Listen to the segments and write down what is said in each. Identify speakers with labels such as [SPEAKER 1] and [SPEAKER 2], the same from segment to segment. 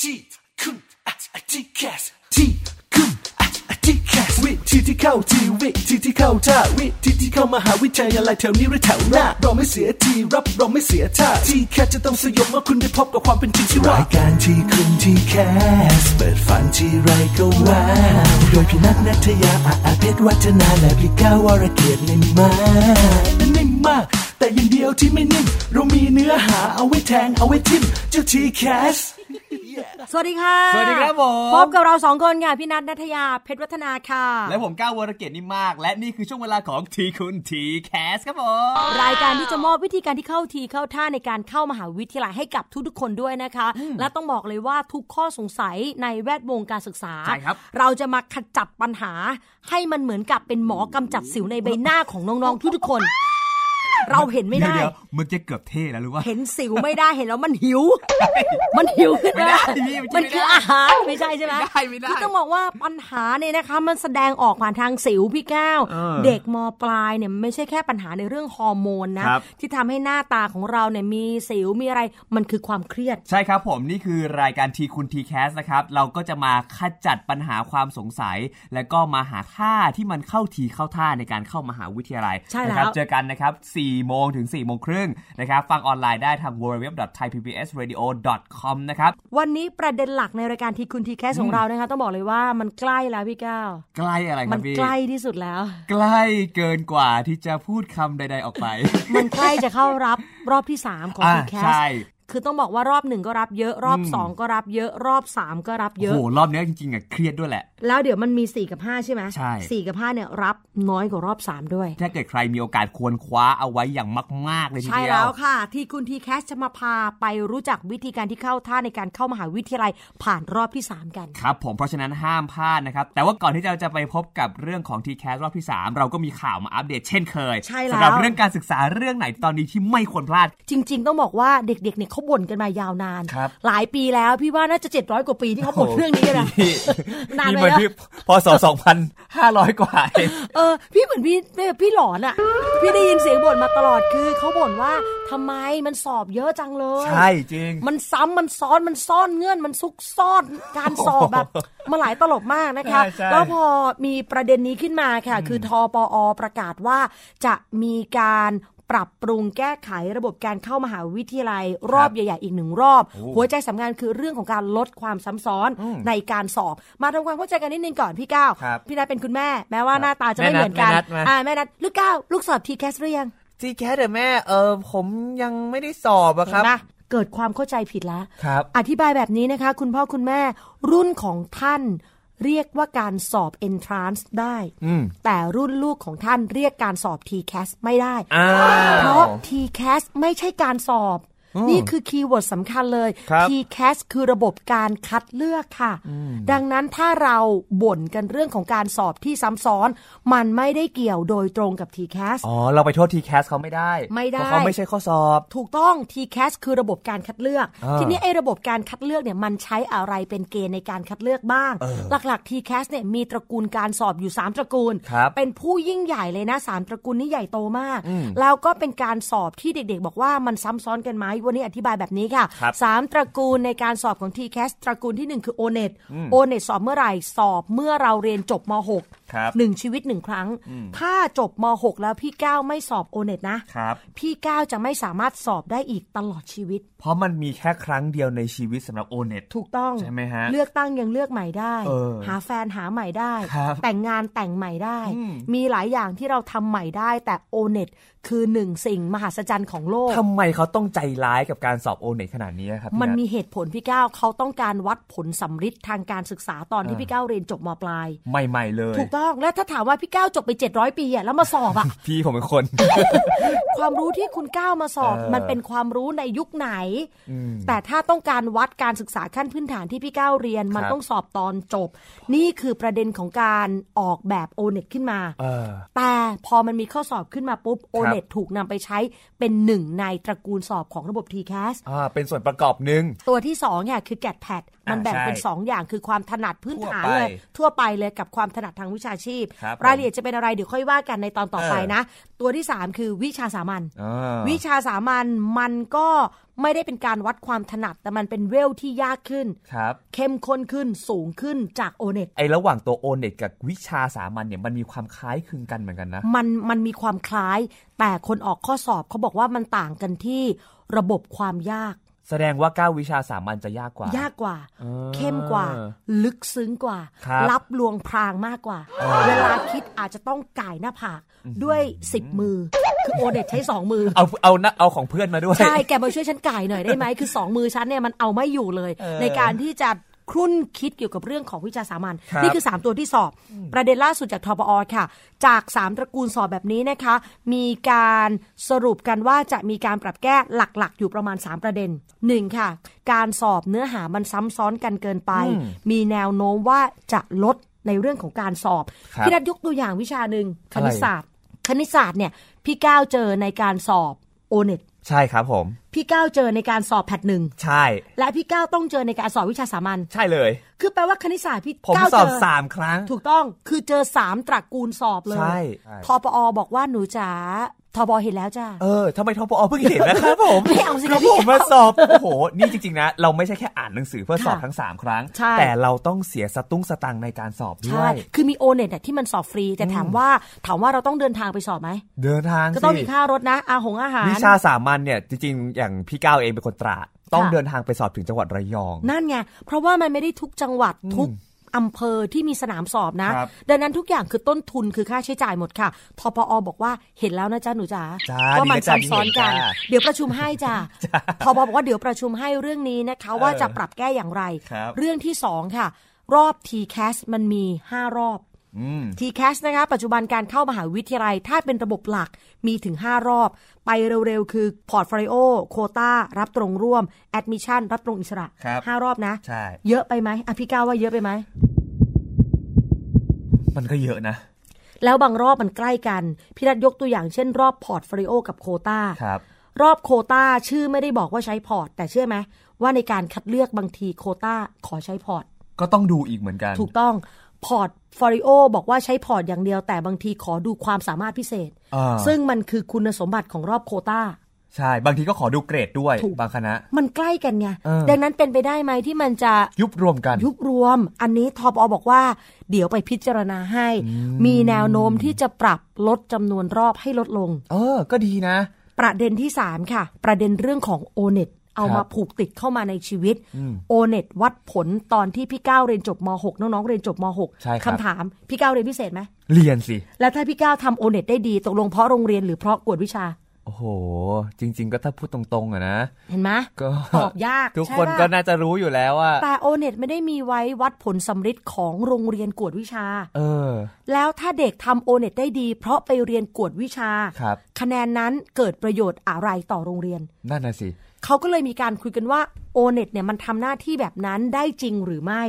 [SPEAKER 1] ที่คุณอ่ะอ่ะที่แคสที่คุณอ่ะอ่ะที่แคสวิธีที่เข้าทีวิธีที่เข้าท่าวิธีที่เข้ามหาวิทยาลัยแถวนี้หรือแถวหน้าเราไม่เสียทีรับเราไม่เสียท่าที่แคสจะต้องสยบเมื่อคุณได้พบกับความเป็นจริงที่ว่ารายการที่คุณที่แคสเปิดฝันที่ไรก็ว้าวโดยพี่นัทนัทยาอาอาเพชรวัฒนาและพี่ก้าววรเกียรตินิ่มมากนิ่มมาก แต่อย่างเดียวที่ไม่นิ่มเรามีเนื้อหาเอาไว้แทงเอาไว้ทิมเจ้าทีแคส
[SPEAKER 2] สวัสดีค่ะ
[SPEAKER 3] สวัสดีครับผม
[SPEAKER 2] พบกับเราสองคนค่ะ พี่นัทนัทยาเพชรวัฒนาค่ะ
[SPEAKER 3] และผมก้าววรเกยรตนี่มาก และนี่คือช่วงเวลาของทีคุณทีแคสครับผม
[SPEAKER 2] รายการที่จะมอบวิธีการที่เข้าทีเข้าท่าในการเข้ามหาวิทยาลัยให้กับทุกๆคนด้วยนะคะ และต้องบอกเลยว่าทุกข้อสงสัยในแวดวงการศึกษา
[SPEAKER 3] ใช่ครับ
[SPEAKER 2] เราจะมาขจัดปัญหา ให้มันเหมือนกับเป็นหมอกำจัดสิวในใบหน้าของน้องๆทุกๆคน เราเห็นไม่ได้
[SPEAKER 3] เยวๆมันจะเกือบเท่แล้วหรือว่า
[SPEAKER 2] เห็นสิวไม่ได้เห็นแล้วมันหิ ว มันหิวขึ้น
[SPEAKER 3] ไม่ได้
[SPEAKER 2] มา
[SPEAKER 3] พี่มัน
[SPEAKER 2] มัน
[SPEAKER 3] กิน
[SPEAKER 2] คืออาหารไม่ใช่ใช่ไหม
[SPEAKER 3] ไม่ได้ไม่ได้
[SPEAKER 2] คือต้องบอกว่าปัญหาเนี่ยนะคะ มันแสดงออกผ่านทางสิวพี่แก้ว
[SPEAKER 3] เออ
[SPEAKER 2] เด็กมปลายเนี่ยไม่ใช่แค่ปัญหาในเรื่องฮอร์โมนนะ
[SPEAKER 3] ครับ
[SPEAKER 2] ที่ทำให้หน้าตาของเราเนี่ยมีสิวมีอะไรมันคือความเครียด
[SPEAKER 3] ใช่ครับผมนี่คือรายการทีคุณทีแคสนะครับ เราก็จะมาขจัดปัญหาความสงสัย และก็มาหาท่าที่มันเข้าทีเข้าท่าในการเข้ามหาวิทยาลัย
[SPEAKER 2] ใช่แล้ว
[SPEAKER 3] นะครับเจอกันนะครับ4โมงถึง4โมงครึ่งนะครับ ฟังออนไลน์ได้ทาง www.thaipbsradio.com นะครับ
[SPEAKER 2] วันนี้ประเด็นหลักในรายการทีคุณทีแคสของเรานะคะ ต้องบอกเลยว่ามันใกล้แล้วพี่แก้ว
[SPEAKER 3] ใกล้อะไรค
[SPEAKER 2] มั
[SPEAKER 3] รับพี่
[SPEAKER 2] ใกล้ที่สุดแล้ว
[SPEAKER 3] ใกล้เกินกว่าที่จะพูดคำใด ๆออกไป
[SPEAKER 2] มันใกล้จะเข้ารับรอบที่สามของ
[SPEAKER 3] อ่า
[SPEAKER 2] ทีแคส
[SPEAKER 3] ใช่
[SPEAKER 2] คือต้องบอกว่ารอบหนึ่งก็รับเยอะรอบสองก็รับเยอะรอบสามก็รับเยอะ
[SPEAKER 3] โอ้โหรอบเนี้ยจริงๆอ่ะเครียดด้วยแหละ
[SPEAKER 2] แล้วเดี๋ยวมันมี 4 กับ 5 ใช่ไหม
[SPEAKER 3] ใช่
[SPEAKER 2] สี่กับ5เนี่ยรับน้อยกว่ารอบ 3 ด้วย
[SPEAKER 3] ถ้าเกิดใครมีโอกาสควรคว้าเอาไว้อย่างมาก ๆ เลยที
[SPEAKER 2] ใช่
[SPEAKER 3] เดีย
[SPEAKER 2] แล้ว วค่ะ ที่คุณทีแคสจะมาพาไปรู้จักวิธีการที่เข้าท่าในการเข้ามหาวิทยาลัยผ่านรอบที่ 3 กัน
[SPEAKER 3] ครับผมเพราะฉะนั้นห้ามพลาดนะครับ แต่ว่าก่อนที่เราจะไปพบกับเรื่องของ t c a s รอบที่ 3 เราก็มีข่าวมาอัปเดตเช่นเคย
[SPEAKER 2] ใช่แล้ว
[SPEAKER 3] สำหรับเรื่องการศึกษาเรื่องไหนตอนนี้ที่ไม่ควรพลาด
[SPEAKER 2] จริง ๆ ต้องบอกว่าเด็กๆเนี่ยเขาบ่นกันมายาวนาน
[SPEAKER 3] ครับ
[SPEAKER 2] หลายปีแล้วพี่ว่าน่าจะ 700 กว่าปีที่เขาบ่น
[SPEAKER 3] โอ้โห
[SPEAKER 2] เรื่องนี้กันนะ นานไป
[SPEAKER 3] บั
[SPEAKER 2] แล้ว
[SPEAKER 3] ทึกพศ2500 กว่าเอง
[SPEAKER 2] เออพี่เหมือนพี่พี่หลอนอ่ะ พี่ได้ยินเสียงบ่นมาตลอดคือเขาบ่นว่าทำไมมันสอบเยอะจังเลย
[SPEAKER 3] ใช่จริง
[SPEAKER 2] มันซ้ำมันซ้อนมันซ่อนเงื่อนมันซุกซ่อนการสอบแบบมาหลายตลบมากนะคะ
[SPEAKER 3] ใช่ใช่
[SPEAKER 2] แล้วพอมีประเด็นนี้ขึ้นมาค่ะ คือทอปอประกาศว่าจะมีการปรับปรุงแก้ไขระบบการเข้ามหาวิทยาลัย รอบใหญ่ๆอีกหนึ่งรอบ
[SPEAKER 3] โอ้
[SPEAKER 2] หัวใจสำคัญคือเรื่องของการลดความซ้ำซ้อน
[SPEAKER 3] อืม
[SPEAKER 2] ในการสอบ มาทำความเข้าใจกันนิดนึงก่อนพี่ก้าว
[SPEAKER 3] ครับ
[SPEAKER 2] พี่นัทเป็นคุณแม่ แม้ว่า
[SPEAKER 3] ครับ
[SPEAKER 2] หน้าตาจะไม่เหมือนกัน
[SPEAKER 3] แม่นัทแม่นัทมา
[SPEAKER 2] อ่าแม่นัทลูกก้าวลูกสอบทีแคสหรือยัง
[SPEAKER 3] ทีแคสเดี๋ยแม่เออผมยังไม่ได้สอบอะ
[SPEAKER 2] เห็นปะเกิดความเข้าใจผิดแล้ว
[SPEAKER 3] ครับ
[SPEAKER 2] อธิบายแบบนี้นะคะ คุณพ่อคุณแม่รุ่นของท่านเรียกว่าการสอบ entrance ได้
[SPEAKER 3] อืม
[SPEAKER 2] แต่รุ่นลูกของท่านเรียกการสอบ TCAS ไม่ได้
[SPEAKER 3] อ้า
[SPEAKER 2] เพราะ TCAS ไม่ใช่การสอบ
[SPEAKER 3] อืม
[SPEAKER 2] นี่คือคีย์เวิร์ดสำคัญเลย
[SPEAKER 3] ครับ
[SPEAKER 2] TCAS คือระบบการคัดเลือกค่ะ ดังนั้นถ้าเราบ่นกันเรื่องของการสอบที่ซ้ำซ้อน มันไม่ได้เกี่ยวโดยตรงกับ TCAS
[SPEAKER 3] อ๋อเราไปโทษทีแคสเขาไม่ได้
[SPEAKER 2] ไม่ได้
[SPEAKER 3] เพราะเขาไม่ใช่ข้อสอบ
[SPEAKER 2] ถูกต้อง TCAS คือระบบการคัดเลือก
[SPEAKER 3] อ่า
[SPEAKER 2] ทีนี้ไอ้ระบบการคัดเลือกเนี่ยมันใช้อะไรเป็นเกณฑ์ในการคัดเลือกบ้าง หลักๆ TCAS เนี่ยมีตระกูลการสอบอยู่ 3 ตระกูล
[SPEAKER 3] ครับ
[SPEAKER 2] เป็นผู้ยิ่งใหญ่เลยนะ 3 ตระกูลนี่ใหญ่โตมาก
[SPEAKER 3] อืม
[SPEAKER 2] แล้วก็เป็นการสอบที่เด็ก ๆ บอกว่ามันซ้ำซ้อนกันไหมวันนี้อธิบายแบบนี้ค่ะ
[SPEAKER 3] ครับ
[SPEAKER 2] 3 ตระกูลในการสอบของ TCAS ตระกูลทีหนึ่1 คือ ONET ONET สอบเมื่อไหร่สอบเมื่อเราเรียนจบม
[SPEAKER 3] ครับ
[SPEAKER 2] .6 หนึ่งชีวิตหนึ่งครั้ง ถ้าจบม .6 แล้วพี่ก้าวไม่สอบ ONET นะ
[SPEAKER 3] ครับ
[SPEAKER 2] พี่ก้าวจะไม่สามารถสอบได้อีกตลอดชีวิต
[SPEAKER 3] เพราะมันมีแค่ครั้งเดียวในชีวิตสำหรับโอเน็ต
[SPEAKER 2] ถูกต้อง
[SPEAKER 3] ใช่ไหมฮะ
[SPEAKER 2] เลือกตั้งยังเลือกใหม่ได้
[SPEAKER 3] เออ
[SPEAKER 2] หาแฟนหาใหม่ได้
[SPEAKER 3] ครับ
[SPEAKER 2] แต่งงานแต่งใหม่ได้
[SPEAKER 3] อืม
[SPEAKER 2] มีหลายอย่างที่เราทำใหม่ได้ แต่โอเน็ตคือหนึ่งสิ่งมหัศจรรย์ของโลก
[SPEAKER 3] ทำไมเขาต้องใจร้ายกับการสอบโอเน็ตขนาดนี้ครับพี่
[SPEAKER 2] มัน
[SPEAKER 3] ท
[SPEAKER 2] มีเหตุผลพี่ก้าวเขาต้องการวัดผลสำฤทธิ์ทางการศึกษาตอนที่
[SPEAKER 3] อ่า
[SPEAKER 2] พี่ก้าวเรียนจบมปลาย
[SPEAKER 3] ใหม่ ๆ เลย
[SPEAKER 2] ถูกต้องและถ้าถามว่าพี่ก้าวจบไป 700 ปีอะแล้วมาสอบอะ
[SPEAKER 3] พี่ผมเป็นคน
[SPEAKER 2] ความรู้ที่คุณก้าวมาสอบ
[SPEAKER 3] เออ
[SPEAKER 2] มันเป็นความรู้ในยุคไหน
[SPEAKER 3] อืม
[SPEAKER 2] แต่ถ้าต้องการวัดการศึกษาขั้นพื้นฐานที่พี่ก้าวเรียน มัน
[SPEAKER 3] ครับ
[SPEAKER 2] ต้องสอบตอนจบ นี่คือประเด็นของการออกแบบโอเน็ตขึ้นมา
[SPEAKER 3] เออ
[SPEAKER 2] แต่พอมันมีข้อสอบขึ้นมาปุ๊บโอเน็ตถูกนำไปใช้เป็นหนึ่งในตระกูลสอบของระบบ TCAS
[SPEAKER 3] อ่า เป็นส่วนประกอบหนึ่ง
[SPEAKER 2] ตัวที่2เนี่ยคือแกดแพดมัน
[SPEAKER 3] อ่า
[SPEAKER 2] แบ่งเป็น
[SPEAKER 3] ใช่
[SPEAKER 2] 2 อย่างคือความถนัดพื้นฐาน
[SPEAKER 3] ทั่วไป
[SPEAKER 2] เลยทั่วไปเลยกับความถนัดทางวิช ชาชีพ
[SPEAKER 3] ครับผม
[SPEAKER 2] รายละเอียดจะเป็นอะไรเดี๋ยวค่อยว่ากันในตอนต่อไปนะ ตัวที่ 3 คือวิชาสามัญ
[SPEAKER 3] อ่า
[SPEAKER 2] วิชาสามัญมันก็ไม่ได้เป็นการวัดความถนัด แต่มันเป็นเวลที่ยากขึ้น
[SPEAKER 3] ครับ
[SPEAKER 2] เข้มข้นขึ้นสูงขึ้นจากโอเน็ต
[SPEAKER 3] ไอระหว่างตัวโอเน็ตกับวิชาสามัญเนี่ยมันมีความคล้ายคลึงกันเหมือนกันนะ
[SPEAKER 2] มันมันมีความคล้าย แต่คนออกข้อสอบเขาบอกว่ามันต่างกันที่ระบบความยาก
[SPEAKER 3] แสดงว่า 9 วิชาสามัญจะยากกว่า
[SPEAKER 2] ยากกว่า
[SPEAKER 3] อ่า
[SPEAKER 2] เข้มกว่า ลึกซึ้งกว่า
[SPEAKER 3] ครับ
[SPEAKER 2] รับลวงพรางมากกว่า เวลาคิดอาจจะต้องก่ายหน้าผากด้วย 10 มือ คือโอเดตใช้ 2 มือ
[SPEAKER 3] เอาเอานะเอาของเพื่อนมาด้วย
[SPEAKER 2] ใช่ แกมาช่วยฉันก่ายหน่อยได้ไหม คือ 2 มือฉันเนี่ยมันเอาไม่อยู่เลย
[SPEAKER 3] เออ
[SPEAKER 2] ในการที่จะครุ่นคิดเกี่ยวกับเรื่องของวิชาสามัญ
[SPEAKER 3] ครับ
[SPEAKER 2] นี่คือ 3 ตัวที่สอบ ประเด็นล่าสุดจากทปอค่ะ จาก 3 ตระกูลสอบแบบนี้นะคะ มีการสรุปกันว่าจะมีการปรับแก้หลักๆ อยู่ประมาณ 3 ประเด็น 1 ค่ะ การสอบเนื้อหามันซ้ำซ้อนกันเกินไป มีแนวโน้มว่าจะลดในเรื่องของการสอบ
[SPEAKER 3] ครับ
[SPEAKER 2] พี่นัทยกตัวอย่างวิชาหนึ่งค
[SPEAKER 3] อะไร
[SPEAKER 2] ณิตศาสตร์ คณิตศาสตร์เนี่ยพี่ก้าวเจอในการสอบโอเน็ต
[SPEAKER 3] ใช่ครับผม
[SPEAKER 2] พี่ก้าวเจอในการสอบแพทหนึ่ง
[SPEAKER 3] ใช่
[SPEAKER 2] และพี่ก้าวต้องเจอในการสอบวิชาสามัญ
[SPEAKER 3] ใช่เลย
[SPEAKER 2] คือแปลว่าคณิตศาสตร์พี่
[SPEAKER 3] ผม
[SPEAKER 2] ก้าว
[SPEAKER 3] ส
[SPEAKER 2] เจ
[SPEAKER 3] อบ
[SPEAKER 2] อ
[SPEAKER 3] สามครั้ง
[SPEAKER 2] ถูกต้องคือเจอสามตระกูลสอบเลย
[SPEAKER 3] ใช่
[SPEAKER 2] ทปอบอกว่าหนูจ๋าทบเห็นแล้วจ้า
[SPEAKER 3] เออทำไมทปอเพิ่งเห็นนะครับผม
[SPEAKER 2] ไม่เอาสิ
[SPEAKER 3] ครับผมมาสอบ โอ้โห นี่จริงๆนะ เราไม่ใช่แค่อ่านหนังสือเพื่อสอบ
[SPEAKER 2] ค่ะ
[SPEAKER 3] ทั้ง 3 ครั้ง
[SPEAKER 2] ใช่
[SPEAKER 3] แต่เราต้องเสียสตุ้งสตังค์ในการสอบด้
[SPEAKER 2] ใช่
[SPEAKER 3] วย
[SPEAKER 2] คือมีโอเน็ตที่มันสอบฟรี แต่ถามว่าถามว่าเราต้องเดินทางไปสอบไหม
[SPEAKER 3] เดินทาง
[SPEAKER 2] ก็ต้อง
[SPEAKER 3] สิ
[SPEAKER 2] มีค่ารถนะอาหงอาหาร
[SPEAKER 3] วิชาสามัญเนี่ยจริงๆ อย่างพี่ก้าวเองเป็นคนตราดต้อง
[SPEAKER 2] ค่ะ
[SPEAKER 3] เดินทางไปสอบถึงจังหวัดระยอง
[SPEAKER 2] นั่นไง เพราะว่ามันไม่ได้ทุกจังหวัดทุกอำเภอที่มีสนามสอบนะ
[SPEAKER 3] ครับ
[SPEAKER 2] ดังนั้นทุกอย่างคือต้นทุนคือค่าใช้จ่ายหมดค่ะทปอบอกว่าเห็นแล้วนะจ๊ะหนูจ๋า
[SPEAKER 3] จ้า
[SPEAKER 2] ว่ามั
[SPEAKER 3] ดีะจ๊ะ
[SPEAKER 2] ซ้ำซ้อนกัน
[SPEAKER 3] ที่เห็จ้า
[SPEAKER 2] เดี๋ยวประชุมให้จ้ะทปอบอกว่าเดี๋ยวประชุมให้เรื่องนี้นะคะ ว่าจะปรับแก้อย่างไร
[SPEAKER 3] ครับ
[SPEAKER 2] เรื่องที่ 2 ค่ะ รอบ t c a s มันมี 5 รอบ
[SPEAKER 3] อืม
[SPEAKER 2] t c a s นะคะ ปัจจุบันการเข้ามหาวิทยาลัย ถ้าเป็นระบบหลักมีถึง 5 รอบ ไปเร็วๆ คือพอร์ต o l ลิโอโคตารับตรงร่วม Admission รับตรงอิสระ
[SPEAKER 3] ครับ
[SPEAKER 2] ห้ารอบนะ
[SPEAKER 3] ใช่
[SPEAKER 2] เยอะไปไหมอ่ะพี่ก้าวว่าเยอะไปไหม
[SPEAKER 3] มันก็เยอะนะ
[SPEAKER 2] แล้วบางรอบมันใกล้กัน พี่รัฐยกตัวอย่างเช่นรอบพอร์ตโฟลิโอกับโคตา
[SPEAKER 3] ครับ
[SPEAKER 2] รอบโคตาชื่อไม่ได้บอกว่าใช้พอร์ต แต่เชื่อไหมว่าในการคัดเลือกบางทีโคตาขอใช้พอร์ต
[SPEAKER 3] ก็ต้องดูอีกเหมือนกัน
[SPEAKER 2] ถูกต้องพอร์ตโฟลิโอบอกว่าใช้พอร์ตอย่างเดียว แต่บางทีขอดูความสามารถพิเศษ
[SPEAKER 3] อ่า
[SPEAKER 2] ซึ่งมันคือคุณสมบัติของรอบโคตา
[SPEAKER 3] ใช่ บางทีก็ขอดูเกรดด้วย
[SPEAKER 2] ถูก
[SPEAKER 3] บางคณะ
[SPEAKER 2] มันใกล้กันไง
[SPEAKER 3] เออ
[SPEAKER 2] ดังนั้นเป็นไปได้ไหมที่มันจะ
[SPEAKER 3] ยุบรวมกัน
[SPEAKER 2] ยุบรวมอันนี้ทบอบอกว่า เดี๋ยวไปพิจารณาให้ มีแนวโน้มที่จะปรับลดจำนวนรอบให้ลดลง
[SPEAKER 3] เออ ก็ดีนะ
[SPEAKER 2] ประเด็นที่ 3 ค่ะ ประเด็นเรื่องของ o n e t เอามาผูกติดเข้ามาในชีวิต o n e t วัดผลตอนที่พี่ก้าวเรียนจบม .6 น้องๆเรียนจบม .6
[SPEAKER 3] ใช่ครับ
[SPEAKER 2] คำถาม พี่ก้าวเรียนพิเศษไหม
[SPEAKER 3] เรียนสิ
[SPEAKER 2] แล้วถ้าพี่ก้าวทำ o n e t ได้ดีตกลงเพราะโรงเรียนหรือเพราะกวดวิชา
[SPEAKER 3] โอ้โห จริง ๆ ก็ถ้าพูดตรงๆอะนะ
[SPEAKER 2] เห็นไหม
[SPEAKER 3] ก็
[SPEAKER 2] ตอบยาก
[SPEAKER 3] ทุก
[SPEAKER 2] ใช่
[SPEAKER 3] คน
[SPEAKER 2] ปะ
[SPEAKER 3] ก็น่าจะรู้อยู่แล้วว่า
[SPEAKER 2] แต่ o n e t ไม่ได้มีไว้วัดผลสำฤทธิ์ของโรงเรียนกวดวิชา
[SPEAKER 3] เออ
[SPEAKER 2] แล้วถ้าเด็กทำโอเน็ตได้ดี เพราะไปเรียนกวดวิชา
[SPEAKER 3] ครับ
[SPEAKER 2] คะแนนนั้นเกิดประโยชน์อะไรต่อโรงเรียน
[SPEAKER 3] นั่นน่ะสิ
[SPEAKER 2] เขาก็เลยมีการคุยกันว่าโอเน็ตเนี่ยมันทำหน้าที่แบบนั้นได้จริงหรือไม่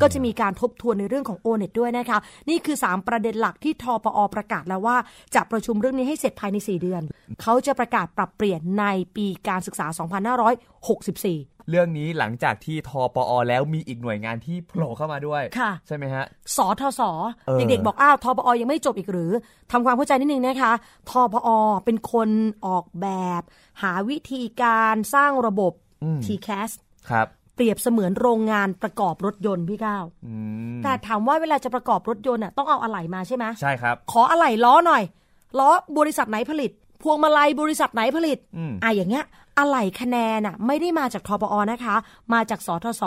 [SPEAKER 2] ก็จะมีการทบทวนในเรื่องของโอเน็ตด้วยนะคะ นี่คือ 3 ประเด็นหลักที่ทปอประกาศแล้วว่า จะประชุมเรื่องนี้ให้เสร็จภายใน 4 เดือน เขาจะประกาศปรับเปลี่ยนในปีการศึกษา 2564
[SPEAKER 3] เรื่องนี้หลังจากที่ทปอแล้วมีอีกหน่วยงานที่โผล่เข้ามาด้วย
[SPEAKER 2] ค่ะ
[SPEAKER 3] ใช่ไหมฮะ
[SPEAKER 2] สอทศ
[SPEAKER 3] เออ
[SPEAKER 2] เด็กๆ บอกอ้าวทปอยังไม่จบอีกหรือทำความเข้าใจนิดนึงนะคะทปอเป็นคนออกแบบ หาวิธีการสร้างระบบ
[SPEAKER 3] อืม
[SPEAKER 2] t c a s
[SPEAKER 3] ครับ
[SPEAKER 2] เปรียบเสมือนโรงงานประกอบรถยนต์พี่ก้าว
[SPEAKER 3] อืม
[SPEAKER 2] แต่ถามว่าเวลาจะประกอบรถยนต์น่ะต้องเอาอะไหล่มาใช่ไหม
[SPEAKER 3] ใช่ครับ
[SPEAKER 2] ขออะไหล่ล้อหน่อยล้อบริษัทไหนผลิต พวงมาลัยบริษัทไหนผลิต
[SPEAKER 3] อืม
[SPEAKER 2] อ่ะอย่างเงี้ยอะไหล่คะแนนน่ะไม่ได้มาจากทปอนะคะ มาจากสทศ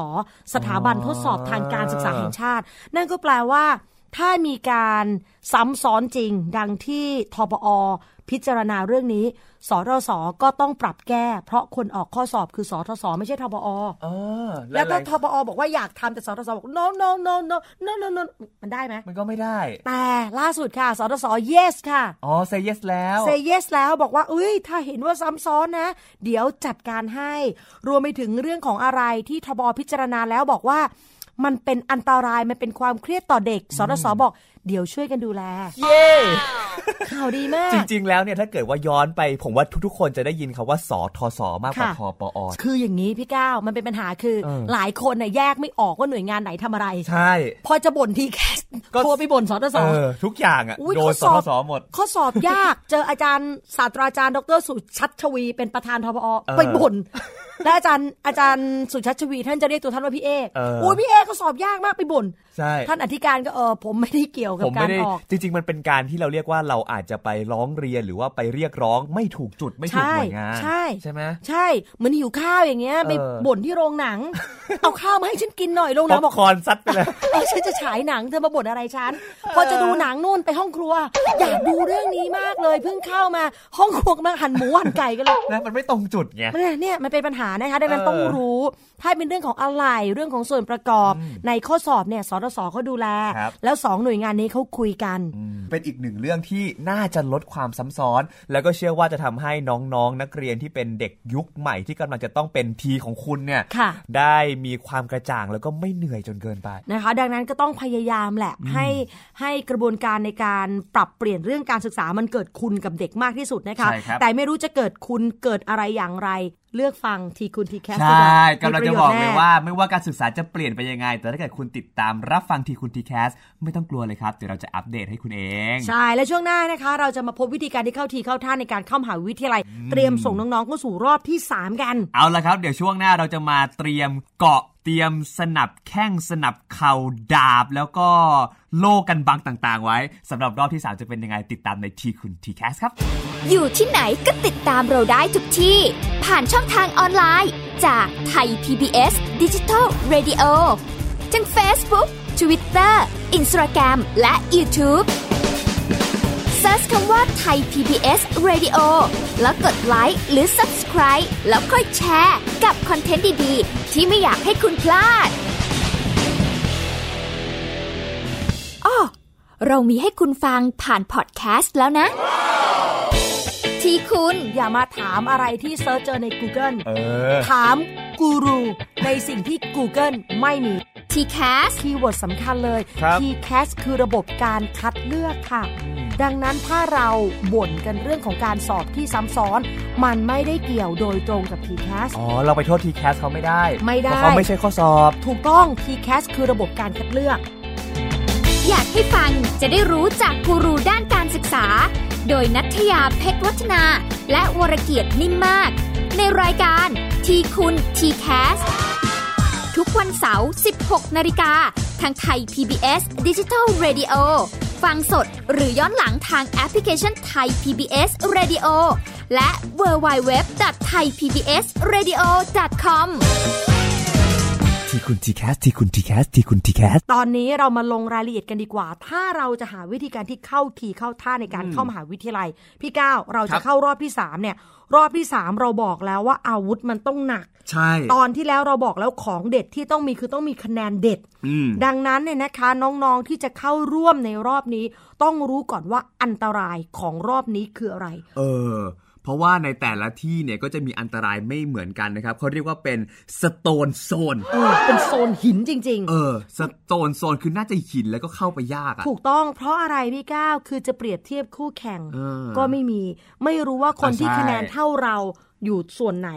[SPEAKER 2] สถาบันทดสอบทางการศึกษาแห่ง ชาติ นั่นก็แปลว่าถ้ามีการซ้ำซ้อนจริง ดังที่ทปอ พิจารณาเรื่องนี้สทศก็ต้องปรับแก้ เพราะคนออกข้อสอบคือสทศไม่ใช่ทปอ
[SPEAKER 3] เออ
[SPEAKER 2] แล้วถ้า
[SPEAKER 3] หาย
[SPEAKER 2] ทปอ บอกว่าอยากทำแต่สทศบอก no no no no no no no มันได้ไหม
[SPEAKER 3] มันก็ไม่ได้
[SPEAKER 2] แต่ล่าสุดค่ะสทศ yes ค่ะ
[SPEAKER 3] อ๋อ say yes แล้ว
[SPEAKER 2] เซเยสแล้วบอกว่าอุ้ยถ้าเห็นว่าซ้ำซ้อนนะ เดี๋ยวจัดการให้ รวมไปถึงเรื่องของอะไรที่ทบพิจารณาแล้วบอกว่า มันเป็นอันตรายมันเป็นความเครียดต่อเด็กสรสบอก เดี๋ยวช่วยกันดูแล
[SPEAKER 3] เย้
[SPEAKER 2] ข่าวดีมาก
[SPEAKER 3] จริง ๆ แล้วเนี่ย ถ้าเกิดว่าย้อนไป ผมว่าทุก ๆ คนจะได้ยินคำว่าสทศมากกว่า
[SPEAKER 2] ค่ะ
[SPEAKER 3] ทปอ
[SPEAKER 2] คืออย่างนี้พี่ก้าวมันเป็นปัญหาคือ
[SPEAKER 3] เออ
[SPEAKER 2] หลายคนน่ะแยกไม่ออกว่าหน่วยงานไหนทำอะไร
[SPEAKER 3] ใช่
[SPEAKER 2] พอจะบ่นทีแคส
[SPEAKER 3] ก็
[SPEAKER 2] โทรไปบ่นสทศ
[SPEAKER 3] เออทุกอย่างอ่ะ
[SPEAKER 2] อุ๊ย
[SPEAKER 3] โด
[SPEAKER 2] ข้อน
[SPEAKER 3] ส
[SPEAKER 2] สอบ
[SPEAKER 3] ทศหมด
[SPEAKER 2] ข้อสอบยาก เจออาจารย์ศาสตราจารย์ ดรสุชัชวี เป็นประธานทบอ
[SPEAKER 3] เออ
[SPEAKER 2] ไปบ่นและอาจารย์อาจารย์สุชัชวี ท่านจะเรียกตัวท่านว่าพี่เอก
[SPEAKER 3] เอออุ๊
[SPEAKER 2] อุ้ยพี่เอกก็สอบยากมากไปบ่น
[SPEAKER 3] ใช่
[SPEAKER 2] ท่านอธิการก็เออผมไม่ได้เกี่ยวกับ
[SPEAKER 3] ผม
[SPEAKER 2] กา
[SPEAKER 3] ไม่
[SPEAKER 2] ร
[SPEAKER 3] ได้
[SPEAKER 2] ออก
[SPEAKER 3] จริง ๆ มันเป็นการที่เราเรียกว่าเราอาจจะไปร้องเรียนหรือว่าไปเรียกร้องไม่ถูกจุดไม่ถูกหน่วยงาน
[SPEAKER 2] ใช่ใช่
[SPEAKER 3] ใช่ไหม
[SPEAKER 2] ใช่เหมือนหิวข้าวอย่างเงี้ยไป
[SPEAKER 3] เออ
[SPEAKER 2] บ่นที่โรง หนัง เอาข้าวมาให้ฉันกินหน่อยโรงห
[SPEAKER 3] ป๊
[SPEAKER 2] นั
[SPEAKER 3] อง ป
[SPEAKER 2] บอก
[SPEAKER 3] คอร์นซัดไปเลย
[SPEAKER 2] เออฉันจะฉายหนังเธอมาบ่นอะไรฉันพอจะดูหนังนู่นไปห้องครัว อยากดูเรื่องนี้มากเลยเพิ่งเข้ามาห้องครัวกำลังหั่นหมูหั่นไก่กันเลย
[SPEAKER 3] นะมันไม่ตรงจุดไง
[SPEAKER 2] เนี่ยเนี่ยมันเป็นปัญหานะคะดังนั้น
[SPEAKER 3] เออ
[SPEAKER 2] ต้องรู้ ถ้าเป็นเรื่องของอะไรเรื่องของส่วนประกอบ ในข้อสอบเนี่ยสทศเขาดูแล
[SPEAKER 3] ครับ
[SPEAKER 2] แล้วสองหน่วยงานนี้เขาคุยกัน
[SPEAKER 3] เป็นอีกหนึ่งเรื่องที่น่าจะลดความซ้ำซ้อน แล้วก็เชื่อว่าจะทำให้น้องๆนนักเรียนที่เป็นเด็กยุคใหม่ที่กำลังจะต้องเป็นทีของคุณเนี่ย
[SPEAKER 2] ค่ะ
[SPEAKER 3] ได้มีความกระจ่างแล้วก็ไม่เหนื่อยจนเกินไป
[SPEAKER 2] นะคะ ดังนั้นก็ต้องพยายามแหละให้ให้กระบวนการในการปรับเปลี่ยนเรื่องการศึกษามันเกิดคุณกับเด็กมากที่สุดนะคะ
[SPEAKER 3] ใช่ครับ
[SPEAKER 2] แต่ไม่รู้จะเกิดคุณเกิดอะไรอย่างไร เลือกฟังทีคุณทีแคส
[SPEAKER 3] ใช
[SPEAKER 2] ดีว่า
[SPEAKER 3] ่
[SPEAKER 2] มี
[SPEAKER 3] กำลัง
[SPEAKER 2] ปร
[SPEAKER 3] จะ
[SPEAKER 2] โช
[SPEAKER 3] บอก
[SPEAKER 2] น์
[SPEAKER 3] เลย
[SPEAKER 2] แน่
[SPEAKER 3] ว่าไม่ว่าการศึกษาจะเปลี่ยนไปยังไง แต่ถ้าเกิดคุณติดตามรับฟังทีคุณทีแคสไม่ต้องกลัวเลยครับเดี๋ยวเราจะอัปเดตให้คุณเอง
[SPEAKER 2] ใช่ และช่วงหน้านะคะ เราจะมาพบวิธีการที่เข้าทีเข้าท่าในการเข้ามหาวิทยาลัย เตรียมส่งน้องๆเข้าสู่รอบที่สามกัน
[SPEAKER 3] เอาละครับ เดี๋ยวช่วงหน้าเราจะมาเตรียมเกาะเตรียมสนับแข้งสนับเข่าดาบ แล้วก็โล่กันบังต่างๆ ไว้สำหรับรอบที่ 3 จะเป็นยังไงติดตามในทีคุณทีแคสครับ
[SPEAKER 4] อยู่ที่ไหนก็ติดตามเราได้ทุกที่ ผ่านช่องทางออนไลน์ จากไทย PBS Digital Radio ทั้ง Facebook Twitter Instagram และ YouTube Search คำว่าไทย PBS Radio แล้วกดไลค์หรือ Subscribe แล้วค่อยแชร์ กับคอนเทนต์ดีๆ ที่ไม่อยากให้คุณพลาดอ้อเรามีให้คุณฟังผ่านพอดแคสต์แล้วนะ ที่คุณ
[SPEAKER 2] อย่ามาถามอะไรที่เซิร์ชเจอใน Google
[SPEAKER 3] เออ
[SPEAKER 2] ถามกูรูในสิ่งที่ Google ไม่มี
[SPEAKER 4] ทีแคส
[SPEAKER 2] คีย์เวิร์ดสำคัญเลย
[SPEAKER 3] ครับ
[SPEAKER 2] t c a s คือระบบการคัดเลือกค่ะ ดังนั้นถ้าเราบ่นกันเรื่องของการสอบที่ซ้ำซ้อน มันไม่ได้เกี่ยวโดยตรงกับ t c a s
[SPEAKER 3] อ๋อ เราไปโทษทีแคสเขาไม่ได้
[SPEAKER 2] ไม่ได้
[SPEAKER 3] เพราะเขาไม่ใช่ข้อสอบ
[SPEAKER 2] ถูกต้อง t c a s คือระบบการคัดเลือก
[SPEAKER 4] อยากให้ฟังจะได้รู้จากกูรูด้านการศึกษา โดยนัทยาเพชรวัฒนา และวรเกียดนิ่มมาก ในรายการทีคุณทีแคสทุกวันเสาร์ 16 นาฬิกา ทางไทย PBS Digital Radio ฟังสดหรือย้อนหลังทางแอปพลิเคชันไทย PBS Radio และ w w w t h a i p b s r a d i o c o m
[SPEAKER 3] ทีคุณทีแคสทีคุณทีแคสทีคุณทีแคส
[SPEAKER 2] ตอนนี้เรามาลงรายละเอียดกันดีกว่า ถ้าเราจะหาวิธีการที่เข้าทีเข้าท่าในการเข้ามหาวิทยาลัย พี่ก้าวเรา
[SPEAKER 3] ครั
[SPEAKER 2] จะ
[SPEAKER 3] บ
[SPEAKER 2] เข้ารอบที่สามเนี่ย รอบที่สามเราบอกแล้วว่าอาวุธมันต้องหนัก
[SPEAKER 3] ใช่
[SPEAKER 2] ตอนที่แล้วเราบอกแล้วของเด็ดที่ต้องมีคือต้องมีคะแนนเด็ด
[SPEAKER 3] อืม
[SPEAKER 2] ดังนั้นเนี่ยนะคะน้องๆที่จะเข้าร่วมในรอบนี้ ต้องรู้ก่อนว่าอันตรายของรอบนี้คืออะไร
[SPEAKER 3] เออ เพราะว่าในแต่ละที่เนี่ยก็จะมีอันตรายไม่เหมือนกันนะครับเขาเรียกว่าเป็นสโตนโซน
[SPEAKER 2] เออเป็นโซนหินจริง ๆ
[SPEAKER 3] เออ สโตนโซนคือน่าจะหินแล้วก็เข้าไปยากอะ
[SPEAKER 2] ถูกต้องเพราะอะไรพี่ก้าวคือจะเปรียบเทียบคู่แข่ง
[SPEAKER 3] เออ
[SPEAKER 2] ก็ไม่มี ไม่รู้ว่าคน
[SPEAKER 3] อ่า
[SPEAKER 2] ที่
[SPEAKER 3] ใช่
[SPEAKER 2] คะแนนเท่าเราอยู่ส่วนไหน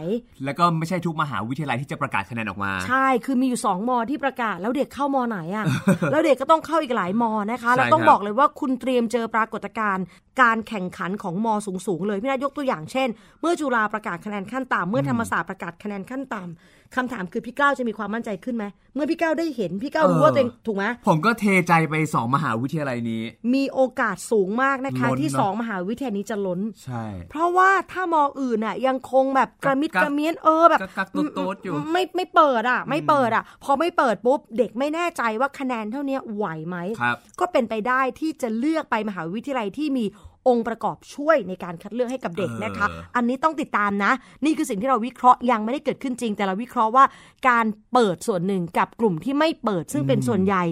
[SPEAKER 3] แล้วก็ไม่ใช่ทุกมหาวิทยาลัยที่จะประกาศคะแนนออกมา
[SPEAKER 2] ใช่คือมีอยู่สองมอที่ประกาศ แล้วเด็กเข้ามอไหน อะ่ะ แล้วเด็กก็ต้องเข้าอีกหลายมอนะคะ
[SPEAKER 3] ใช่
[SPEAKER 2] แล้วต้อง
[SPEAKER 3] ครับ
[SPEAKER 2] บอกเลยว่าคุณเตรียมเจอปรากฏการณ์การแข่งขันของมอสูงๆเลยพี่นายกตัวอย่างเช่น เมื่อจุฬาประกาศคะแนนขั้นต่ำเมื่อธรรมศาสตร์ประกาศคะแนนขั้นต่ำคำถามคือพี่ก้าวจะมีความมั่นใจขึ้นไหมเมื่อพี่ก้าวได้เห็นพี่ก้าวรู้ว่าตัวเองถูกไหม
[SPEAKER 3] ผมก็เทใจไปสองมหาวิทยาลัยนี้
[SPEAKER 2] มีโอกาสสูงมากนะคะ
[SPEAKER 3] ล้น
[SPEAKER 2] ที่
[SPEAKER 3] เนอะ
[SPEAKER 2] สองมหาวิทยาลัยนี้จะล้น
[SPEAKER 3] ใช่
[SPEAKER 2] เพราะว่าถ้ามออื่นอ่ะ ยังคงแบบกระมิด
[SPEAKER 3] กัก
[SPEAKER 2] กระเมียนเออแบบ
[SPEAKER 3] กักกักตุ๊ดตุ๊ดอยู่
[SPEAKER 2] ไม่ไม่เปิดอ่ะ ไม่เปิดอ่ะ พอไม่เปิดปุ๊บ เด็กไม่แน่ใจว่าคะแนนเท่าเนี้ยไหวไหม
[SPEAKER 3] ครับ
[SPEAKER 2] ก็เป็นไปได้ที่จะเลือกไปมหาวิทยาลัยที่มีองค์ประกอบช่วยในการคัดเลือกให้กับเด็กนะคะ
[SPEAKER 3] เออ
[SPEAKER 2] อันนี้ต้องติดตามนะ นี่คือสิ่งที่เราวิเคราะห์ยังไม่ได้เกิดขึ้นจริง แต่เราวิเคราะห์ว่าการเปิดส่วนหนึ่งกับกลุ่มที่ไม่เปิดซึ่งเป็นส่วนใหญ่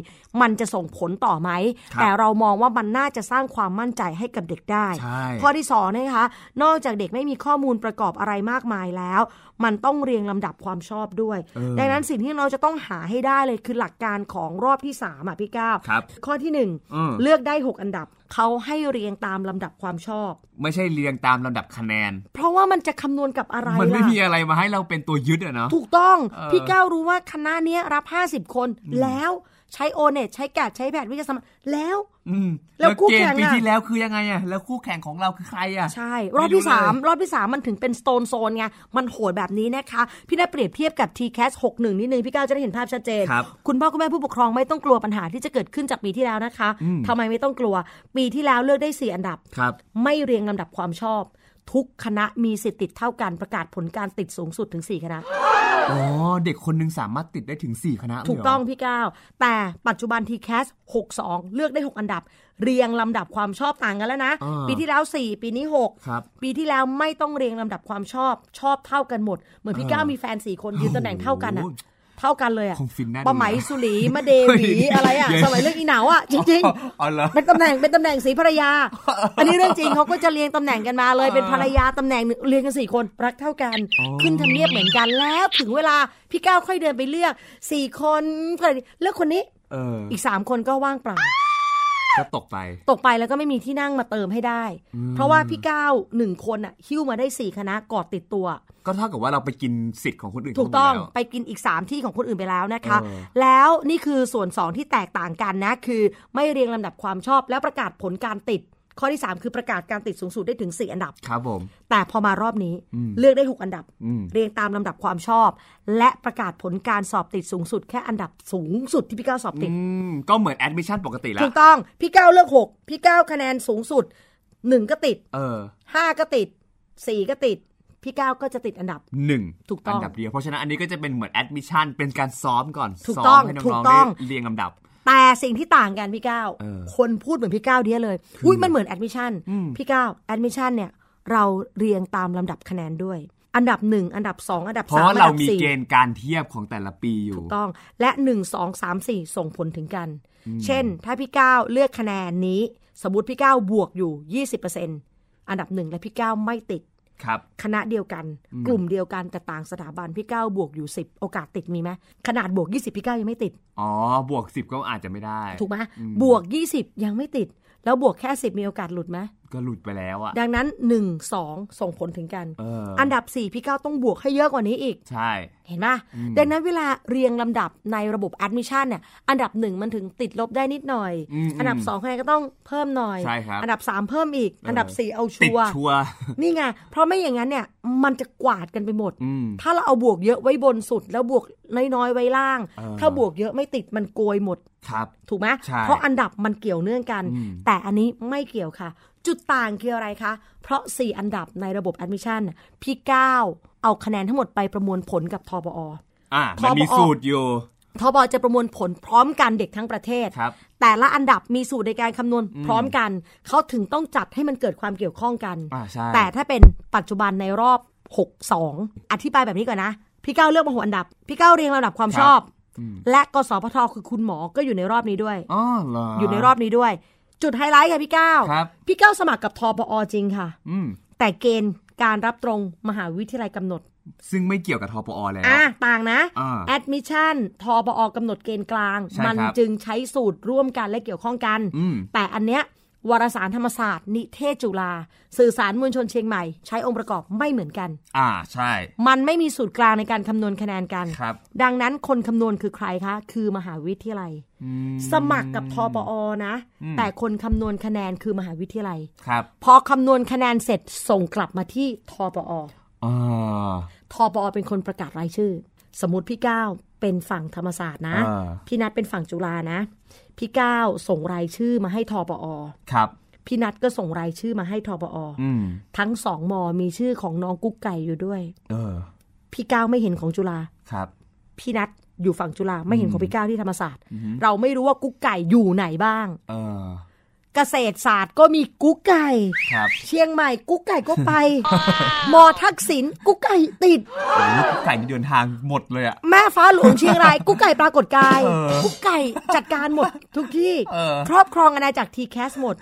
[SPEAKER 2] มันจะส่งผลต่อไหม
[SPEAKER 3] ครับ
[SPEAKER 2] แต่เรามองว่ามันน่าจะสร้างความมั่นใจให้กับเด็กได้
[SPEAKER 3] ใช่
[SPEAKER 2] ข้อที่สองนะคะ นอกจากเด็กไม่มีข้อมูลประกอบอะไรมากมายแล้ว มันต้องเรียงลำดับความชอบด้วย ดังนั้นสิ่งที่เราจะต้องหาให้ได้เลยคือหลักการของรอบที่สามอ่ะพี่ก้าว
[SPEAKER 3] ครับ
[SPEAKER 2] ข้อที่หนึ่ง
[SPEAKER 3] อืม
[SPEAKER 2] เลือกได้ 6 อันดับ เขาให้เรียงตามลำดับความชอบ
[SPEAKER 3] ไม่ใช่เรียงตามลำดับคะแนน
[SPEAKER 2] เพราะว่ามันจะคำนวณกับอะไร
[SPEAKER 3] มันไม่
[SPEAKER 2] ล่ะ
[SPEAKER 3] มีอะไรมาให้เราเป็นตัวยึดอะเนาะ
[SPEAKER 2] ถูกต้อง
[SPEAKER 3] เออ
[SPEAKER 2] พี่ก้าวรู้ว่าคณะเนี้ยรับ 50 คน แล้วใช้โอเน็ตใช้แกดใช้แพดวิทยาศาสตร์แล้ว
[SPEAKER 3] ืม
[SPEAKER 2] แล้วคู่
[SPEAKER 3] เก
[SPEAKER 2] แข่ง
[SPEAKER 3] ม
[SPEAKER 2] อะ
[SPEAKER 3] ปีที่แล้วคือยังไงอะแล้วคู่แข่งของเราคือใครอะ
[SPEAKER 2] ใช่ รอบที่
[SPEAKER 3] ไม่รู้เลย
[SPEAKER 2] 3 รอบที่ 3 มันถึงเป็น Stone Zone ไง มันโหดแบบนี้นะคะ พี่ได้เปรียบเทียบกับ t c a s 61 นิดนึง พี่ก้าวจะได้เห็นภาพชัดเจน
[SPEAKER 3] ครับ
[SPEAKER 2] คุณพ่อคุณแม่ผู้ปกครองไม่ต้องกลัวปัญหาที่จะเกิดขึ้นจากปีที่แล้วนะคะ
[SPEAKER 3] อืม
[SPEAKER 2] ทำไมไม่ต้องกลัว ปีที่แล้วเลือกได้ 4 อันดับ
[SPEAKER 3] ครับ
[SPEAKER 2] ไม่เรียงลำดับความชอบ ทุกคณะมีสิทธิ์ติดเท่ากันประกาศผลการติดสูงสุดถึงสี่คณะ
[SPEAKER 3] อ๋อ เด็กคนหนึงสามารถติดได้ถึง 4 คณะเลยเหร
[SPEAKER 2] ถูกต้องพี่ก้าวแต่ปัจจุบัน t c a s 62 เลือกได้ 6 อันดับ เรียงลำดับความชอบต่างกันแล้วนะ
[SPEAKER 3] อ่า
[SPEAKER 2] ปีที่แล้ว 4 ปีนี้
[SPEAKER 3] ครับ
[SPEAKER 2] 6 ปีที่แล้วไม่ต้องเรียงลำดับความชอบ ชอบเท่ากันหมด เหมือนพี่
[SPEAKER 3] อ่า
[SPEAKER 2] ก้าวมีแฟน 4 คนยืนตำแหน่งเท่ากันอะ
[SPEAKER 3] โอ้โห
[SPEAKER 2] เท่ากันเลยอะ
[SPEAKER 3] คงฟินแน่ดู
[SPEAKER 2] ปะไหมสุ หลีมะเดหวี
[SPEAKER 3] เฮ้ย
[SPEAKER 2] อะไรอะ
[SPEAKER 3] เดี๋ยว
[SPEAKER 2] สมัยเรื่องอีเหนาอะจริง
[SPEAKER 3] อ๋ออ๋อเหรอ
[SPEAKER 2] เป็นตำแหน่งเป็นตำแหน่งสีภรรยา อันนี้เรื่องจริงเขาก็จะเรียงตำแหน่งกันมา เลยเป็นภรรยาตำแหน่งหนึ่งเรียงกันสี่คนรักเท่ากัน
[SPEAKER 3] อ๋อ
[SPEAKER 2] ขึ้นทำเนียบเหมือนกันแล้วถึงเวลาพี่ก้าวค่อยเดินไปเลือกสี่คนคนนี้เลือกคนนี้
[SPEAKER 3] เออ
[SPEAKER 2] อีกสามคนก็ว่างเปล่า
[SPEAKER 3] ก็ตกไป
[SPEAKER 2] ตกไปแล้วก็ไม่มีที่นั่งมาเติมให้ได้ เพราะว่าพี่ก้าวหนึ่งคนอ่ะหิ้วมาได้สี่คณะกอดติดตัว
[SPEAKER 3] ก็เท่ากับว่าเราไปกินสิทธิ์ของคนอื่น
[SPEAKER 2] ถูกต้อง
[SPEAKER 3] เข้ามาแล้ว
[SPEAKER 2] ไปกินอีก 3 ที่ของคนอื่นไปแล้วนะคะ
[SPEAKER 3] เออ
[SPEAKER 2] แล้วนี่คือส่วน 2 ที่แตกต่างกันนะ คือไม่เรียงลำดับความชอบแล้วประกาศผลการติด ข้อที่ 3 คือประกาศการติดสูงสุดได้ถึง 4 อันดับ
[SPEAKER 3] ครับผม
[SPEAKER 2] แต่พอมารอบนี้เลือกได้ 6 อันดับ
[SPEAKER 3] อืม
[SPEAKER 2] เรียงตามลำดับความชอบ และประกาศผลการสอบติดสูงสุด แค่อันดับสูงสุดที่พี่ก้าวสอบติด
[SPEAKER 3] อืม ก็เหมือนแอดมิชชั่นปกติละ
[SPEAKER 2] ถูกต้องพี่ก้าวเลือก 6 พี่ก้าวคะแนนสูงสุด 1 ก็ติด
[SPEAKER 3] เออ
[SPEAKER 2] 5 ก็ติด 4 ก็ติด พี่ก้าวก็จะติดอันดับ
[SPEAKER 3] หนึ่ง
[SPEAKER 2] ถูกต้อง
[SPEAKER 3] นดับเดียว เพราะฉะนั้นอันนี้ก็จะเป็นเหมือนแอดมิชชั่นเป็นการซ้อมก่อน
[SPEAKER 2] ถูกต้อง
[SPEAKER 3] ซ้มให้
[SPEAKER 2] ถู
[SPEAKER 3] น้
[SPEAKER 2] ก
[SPEAKER 3] องๆ
[SPEAKER 2] ต้
[SPEAKER 3] ได้
[SPEAKER 2] อง
[SPEAKER 3] เรียงลำดับ
[SPEAKER 2] แต่สิ่งที่ต่างกันพี่ก้าว
[SPEAKER 3] เออ
[SPEAKER 2] คนพูดเหมือนพี่ก้าวเดียเลยอุ้ยมันเหมือนแอดมิชชั่นพี่ก้าวแอดมิชชั่นเนี่ยเราเรียงตามลำดับคะแนนด้วย อันดับ 1 อันดับ 2 อันดับ
[SPEAKER 3] เพ
[SPEAKER 2] 3
[SPEAKER 3] ราะว่า
[SPEAKER 2] อัน
[SPEAKER 3] เรา
[SPEAKER 2] ดับ
[SPEAKER 3] มี
[SPEAKER 2] สี่
[SPEAKER 3] เกณฑ์การเทียบของแต่ละปีอยู่
[SPEAKER 2] ถูกต้องและ 1 2 3 4 ส่งผลถึงกัน เช่น ถ้าพี่ก้าวเลือกคะแนนนี้ สมมติพี่ก้าวบวกอยู่ 20%อันดับหนึ่งและพี่ก้าวไม่ติด
[SPEAKER 3] ครับ
[SPEAKER 2] คณะเดียวกัน กลุ่มเดียวกันแต่ต่างสถาบันพี่ก้าวบวกอยู่ 10 โอกาสติดมีไหมขนาดบวก 20พี่ก้าวยังไม่ติด
[SPEAKER 3] อ๋อ บวกสิบก็อาจจะไม่ได้
[SPEAKER 2] ถูกไหมบวก 20 ยังไม่ติด แล้วบวกแค่ 10 มีโอกาสหลุดไหม
[SPEAKER 3] ก็หลุดไปแล้วอะ
[SPEAKER 2] ดังนั้น 1 2 ส่งผลถึงกัน
[SPEAKER 3] เอออั
[SPEAKER 2] อันดับ 4 พี่ก้าวต้องบวกให้เยอะกว่านี้อีก
[SPEAKER 3] ใช่
[SPEAKER 2] เห็นไหมดังนั้นเวลาเรียงลำดับในระบบแอดมิชชั่นเนี่ยอันดับ 1 มันถึงติดลบได้นิดหน่อย
[SPEAKER 3] อืม
[SPEAKER 2] นดับ2คะแนนก็ต้องเพิ่มหน่อย
[SPEAKER 3] ใช่ครับ
[SPEAKER 2] อันดับ 3 เพิ่มอีก อันดับ 4 เอาชั
[SPEAKER 3] ติด
[SPEAKER 2] วร์
[SPEAKER 3] ชัวร์
[SPEAKER 2] นี่ไงเพราะไม่อย่างนั้นเนี่ยมันจะกวาดกันไปหมด
[SPEAKER 3] อืม
[SPEAKER 2] ถ้าเราเอาบวกเยอะไว้บนสุด แล้วบวกน้อยๆไว้ล่าง
[SPEAKER 3] เออ
[SPEAKER 2] ถ้าบวกเยอะไม่ติดมันโกยหมด
[SPEAKER 3] ครับ
[SPEAKER 2] ถูกไหม
[SPEAKER 3] ใช่
[SPEAKER 2] เพราะอันดับมันเกี่ยวเนื่องกัน
[SPEAKER 3] อืม
[SPEAKER 2] แต่อันนี้ไม่เกี่ยวค่ะ จุดต่างคืออะไรคะ เพราะ 4 อันดับในระบบ admission น่ะพี่ก้าวเอาคะแนนทั้งหมดไปประมวลผลกับทบอ
[SPEAKER 3] อ่ะ
[SPEAKER 2] ท
[SPEAKER 3] มัน
[SPEAKER 2] บอ
[SPEAKER 3] มีสูตรอยู่
[SPEAKER 2] ทบอจะประมวลผลพร้อมกันเด็กทั้งประเทศ
[SPEAKER 3] ครับ
[SPEAKER 2] แต่ละอันดับมีสูตรในการคำนวณพร้อมกัน เขาถึงต้องจัดให้มันเกิดความเกี่ยวข้องกัน
[SPEAKER 3] อ่าใช่
[SPEAKER 2] แต่ถ้าเป็นปัจจุบันในรอบ 62 อธิบายแบบนี้ก่อนนะ พี่ก้าวเลือกมาหกอันดับ พี่ก้าวเรียงลำดับความชอบ และกสพทคือคุณหมอก็อยู่ในรอบนี้ด้วย
[SPEAKER 3] อ๋อเหรอ
[SPEAKER 2] อ
[SPEAKER 3] อ
[SPEAKER 2] ยู่ในรอบนี้ด้วย จุดไฮไลท์ค่ะพี่ก้าว
[SPEAKER 3] ครับ
[SPEAKER 2] พี่ก้าวสมัครกับทปอจริงค่ะ
[SPEAKER 3] อืม
[SPEAKER 2] แต่เกณฑ์การรับตรงมหาวิทยาลัยกำหนด
[SPEAKER 3] ซึ่งไม่เกี่ยวกับทปอแล้ว
[SPEAKER 2] อ่ะต่างนะ
[SPEAKER 3] อ่า
[SPEAKER 2] แอดมิชชั่นทปอกำหนดเกณฑ์กลาง
[SPEAKER 3] ใช่ครับ
[SPEAKER 2] มัจึงใช้สูตรร่วมกันและเกี่ยวข้องกัน
[SPEAKER 3] อืม
[SPEAKER 2] แต่อันเนี้ยวารสารธรรมศาสตร์ นิเทศจุฬาสื่อสารมวลชนเชียงใหม่ ใช้องค์ประกอบไม่เหมือนกัน
[SPEAKER 3] อ่าใช่
[SPEAKER 2] มันไม่มีสูตรกลางในการคำนวณคะแนนกัน
[SPEAKER 3] ครับ
[SPEAKER 2] ดังนั้นคนคำนวณคือใครคะ คือมหาวิทยาลัย
[SPEAKER 3] อืม
[SPEAKER 2] สมัครกับทปอนะ
[SPEAKER 3] อืม
[SPEAKER 2] แต่คนคำนวณคะแนนคือมหาวิทยาลัย
[SPEAKER 3] ครับ
[SPEAKER 2] พอคำนวณคะแนนเสร็จส่งกลับมาที่ทปอ
[SPEAKER 3] อ่า
[SPEAKER 2] ทปอเป็นคนประกาศรายชื่อ สมมติพี่ก้าวเป็นฝั่งธรรมศาสตร์นะ
[SPEAKER 3] อ่า
[SPEAKER 2] พี่นัทเป็นฝั่งจุฬานะ พี่ก้าวส่งรายชื่อมาให้ทปอ
[SPEAKER 3] ครับ
[SPEAKER 2] พี่นัทก็ส่งรายชื่อมาให้ทปอ
[SPEAKER 3] อืม
[SPEAKER 2] ทั้งสองมอมีชื่อของน้องกุ๊กไก่อยู่ด้วย
[SPEAKER 3] เออ
[SPEAKER 2] พี่ก้าวไม่เห็นของจุฬา
[SPEAKER 3] ครับ
[SPEAKER 2] พี่นัทอยู่ฝั่งจุฬาไม่เห็นของพี่ก้าวที่ธรรมศาสตร์ เราไม่รู้ว่ากุ๊กไก่อยู่ไหนบ้าง
[SPEAKER 3] เออ
[SPEAKER 2] เกษตรศาสตร์ก็มีกุ๊กไก่
[SPEAKER 3] ครับ
[SPEAKER 2] เชียงใหม่กุ๊กไก่ก็ ไป มอทักษิณกุ๊กไก่ติด
[SPEAKER 3] โอ้โหไก่นี่เดินทางหมดเลยอะ
[SPEAKER 2] แม่ฟ้าหลวงเชียงรายกุ๊กไก่ปรากฏกาย
[SPEAKER 3] เออ
[SPEAKER 2] กุ๊กไก่จัดการหมดทุกที่
[SPEAKER 3] เออ
[SPEAKER 2] ครอบครองอาณาจักรทีแคสหมด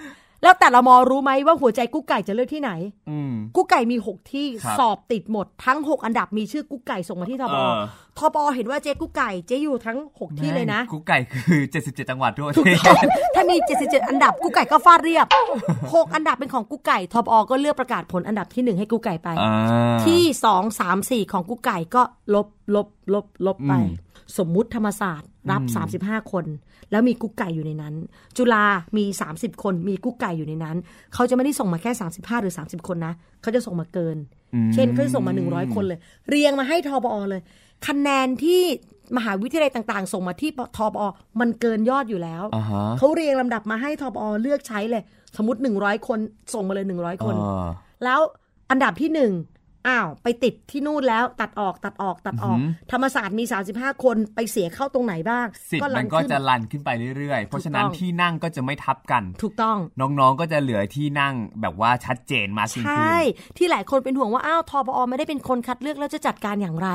[SPEAKER 2] แล้วแต่ละมอรู้ไหมว่าหัวใจกุ๊กไก่จะเลือกที่ไหน
[SPEAKER 3] อืม
[SPEAKER 2] กุ๊กไก่มี 6 ที่
[SPEAKER 3] ครับ
[SPEAKER 2] สอบติดหมดทั้ง 6 อันดับมีชื่อกุ๊กไก่ส่งมาที่ทบ
[SPEAKER 3] เออ
[SPEAKER 2] ทบเห็นว่าเจ๊กุ๊กไก่เจ๊อยู่ทั้ง 6 ที่เลยนะ
[SPEAKER 3] กุ๊กไก่คือ 77 จังหวัดทั่วประ
[SPEAKER 2] ถูก
[SPEAKER 3] เทศ
[SPEAKER 2] ต้อง ถ้ามี 77 อันดับกุ๊กไก่ก็ฟาดเรียบ 6 อันดับเป็นของกุ๊กไก่ทบก็เลือกประกาศผลอันดับทีหนึ่1 ให้กุ๊กไก่ไป
[SPEAKER 3] อ่า
[SPEAKER 2] ที่ 2 3 4 ของกุ๊กไก่ก็ลบลบลบลบไป
[SPEAKER 3] อืม
[SPEAKER 2] สมมุติธรรมศาสตร์รับ
[SPEAKER 3] อืม
[SPEAKER 2] 35 คน แล้วมีกุ๊กไก่อยู่ในนั้น จุฬามี 30 คนมีกุ๊กไก่อยู่ในนั้น เขาจะไม่ได้ส่งมาแค่ 35 หรือ 30 คนนะเขาจะส่งมาเกิน
[SPEAKER 3] อืม
[SPEAKER 2] เช่นเขาจะส่งมา 100 คนเลย เรียงมาให้ทบอเลย คะแนนที่มหาวิทยาลัยต่างๆ ส่งมาที่ทบอมันเกินยอดอยู่แล้ว
[SPEAKER 3] อ่าฮะ
[SPEAKER 2] เขาเรียงลำดับมาให้ทบอเลือกใช้เลย สมมติ 100 คนส่งมาเลย 100 คน
[SPEAKER 3] เออ
[SPEAKER 2] แล้วอันดับที่หนึ่งอ้าวไปติดที่นู่นแล้วตัดออกตัดออกตัดออก
[SPEAKER 3] อือหือ
[SPEAKER 2] ธรรมศาสตร์มี 35 คนไปเสียเข้าตรงไหนบ้าง
[SPEAKER 3] สิทธิ์
[SPEAKER 2] ลั
[SPEAKER 3] มัน
[SPEAKER 2] ง
[SPEAKER 3] ก็
[SPEAKER 2] ขึ้น
[SPEAKER 3] จะลันขึ้นไปเรื่อยๆ เพราะฉะนั้น
[SPEAKER 2] ถูกต้อง
[SPEAKER 3] ที่นั่งก็จะไม่ทับกัน
[SPEAKER 2] ถูกต้อง
[SPEAKER 3] น้องๆ ก็จะเหลือที่นั่งแบบว่าชัดเจนมากยิ่ง
[SPEAKER 2] ใช
[SPEAKER 3] ขึ้น
[SPEAKER 2] ่ ที่หลายคนเป็นห่วงว่า อ้าวทบอไม่ได้เป็นคนคัดเลือกแล้วจะจัดการอย่างไร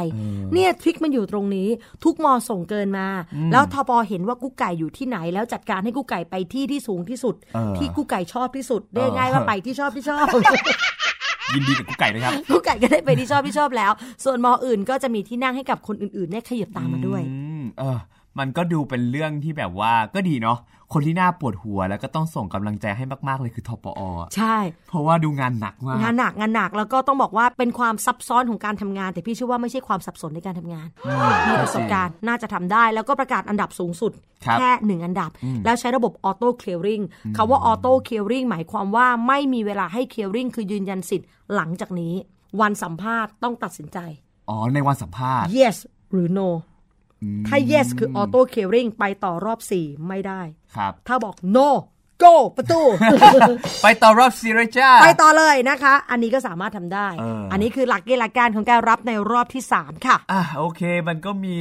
[SPEAKER 2] เนี่ยทริคมันอยู่ตรงนี้ ทุกมอส่งเกินมา แล้วทบอเห็นว่ากุ๊กไก่อยู่ที่ไหน แล้วจัดการให้กุ๊กไก่ไปที่ที่สูงที่สุด
[SPEAKER 3] เออ
[SPEAKER 2] ที่กุ๊กไก่ชอบที่สุดเรียก
[SPEAKER 3] เออ
[SPEAKER 2] ง่ายว่าไปที่ชอบที่ชอบ
[SPEAKER 3] ยินดีกับกุ๊กไก่ด้วยครับ
[SPEAKER 2] กุ๊กไก่ก็ได้ไปที่ชอบที่ชอบแล้ว ส่วนมออื่นก็จะมีที่นั่งให้กับคนอื่นๆได้ขยับตามมาด้วย
[SPEAKER 3] อืมเออ มันก็ดูเป็นเรื่องที่แบบว่าก็ดีเนาะ คนที่น่าปวดหัวแล้วก็ต้องส่งกำลังใจให้มากๆเลยคือทปอ
[SPEAKER 2] ใช่
[SPEAKER 3] เพราะว่าดูงานหนักมาก
[SPEAKER 2] งานหนักงานหนักแล้วก็ต้องบอกว่าเป็นความซับซ้อนของการทำงาน แต่พี่เชื่อว่าไม่ใช่ความสับสนในการทำงานมีประสบการณ์น่าจะทำได้แล้วก็ประกาศอันดับสูงสุด
[SPEAKER 3] ครับ
[SPEAKER 2] แค่หนึ่งอันดับ แล้วใช้ระบบออโต้เคลียร์ริงคำว่าออโต้เคลียร์ริงหมายความว่าไม่มีเวลาให้เคลียร์ริงคือยืนยันสิทธิ์หลังจากนี้ วันสัมภาษณ์ต้องตัดสินใจ
[SPEAKER 3] อ๋อ ในวันสัมภาษณ์
[SPEAKER 2] yes หรือ no ถ้า yes คือออโต้เคลียร์ริงไปต่อรอบสี่ไม่ได้
[SPEAKER 3] ครับ
[SPEAKER 2] ถ้าบอก no go ประตู
[SPEAKER 3] ไปต่อรอบซีเรจ้า
[SPEAKER 2] ไปต่อเลยนะคะ อันนี้ก็สามารถทำได้
[SPEAKER 3] เอออั
[SPEAKER 2] อันนี้คือหลักเกณฑ์หลักการของการรับในรอบที่ 3 ค่ะ
[SPEAKER 3] อ่ะโอเคมันก็มี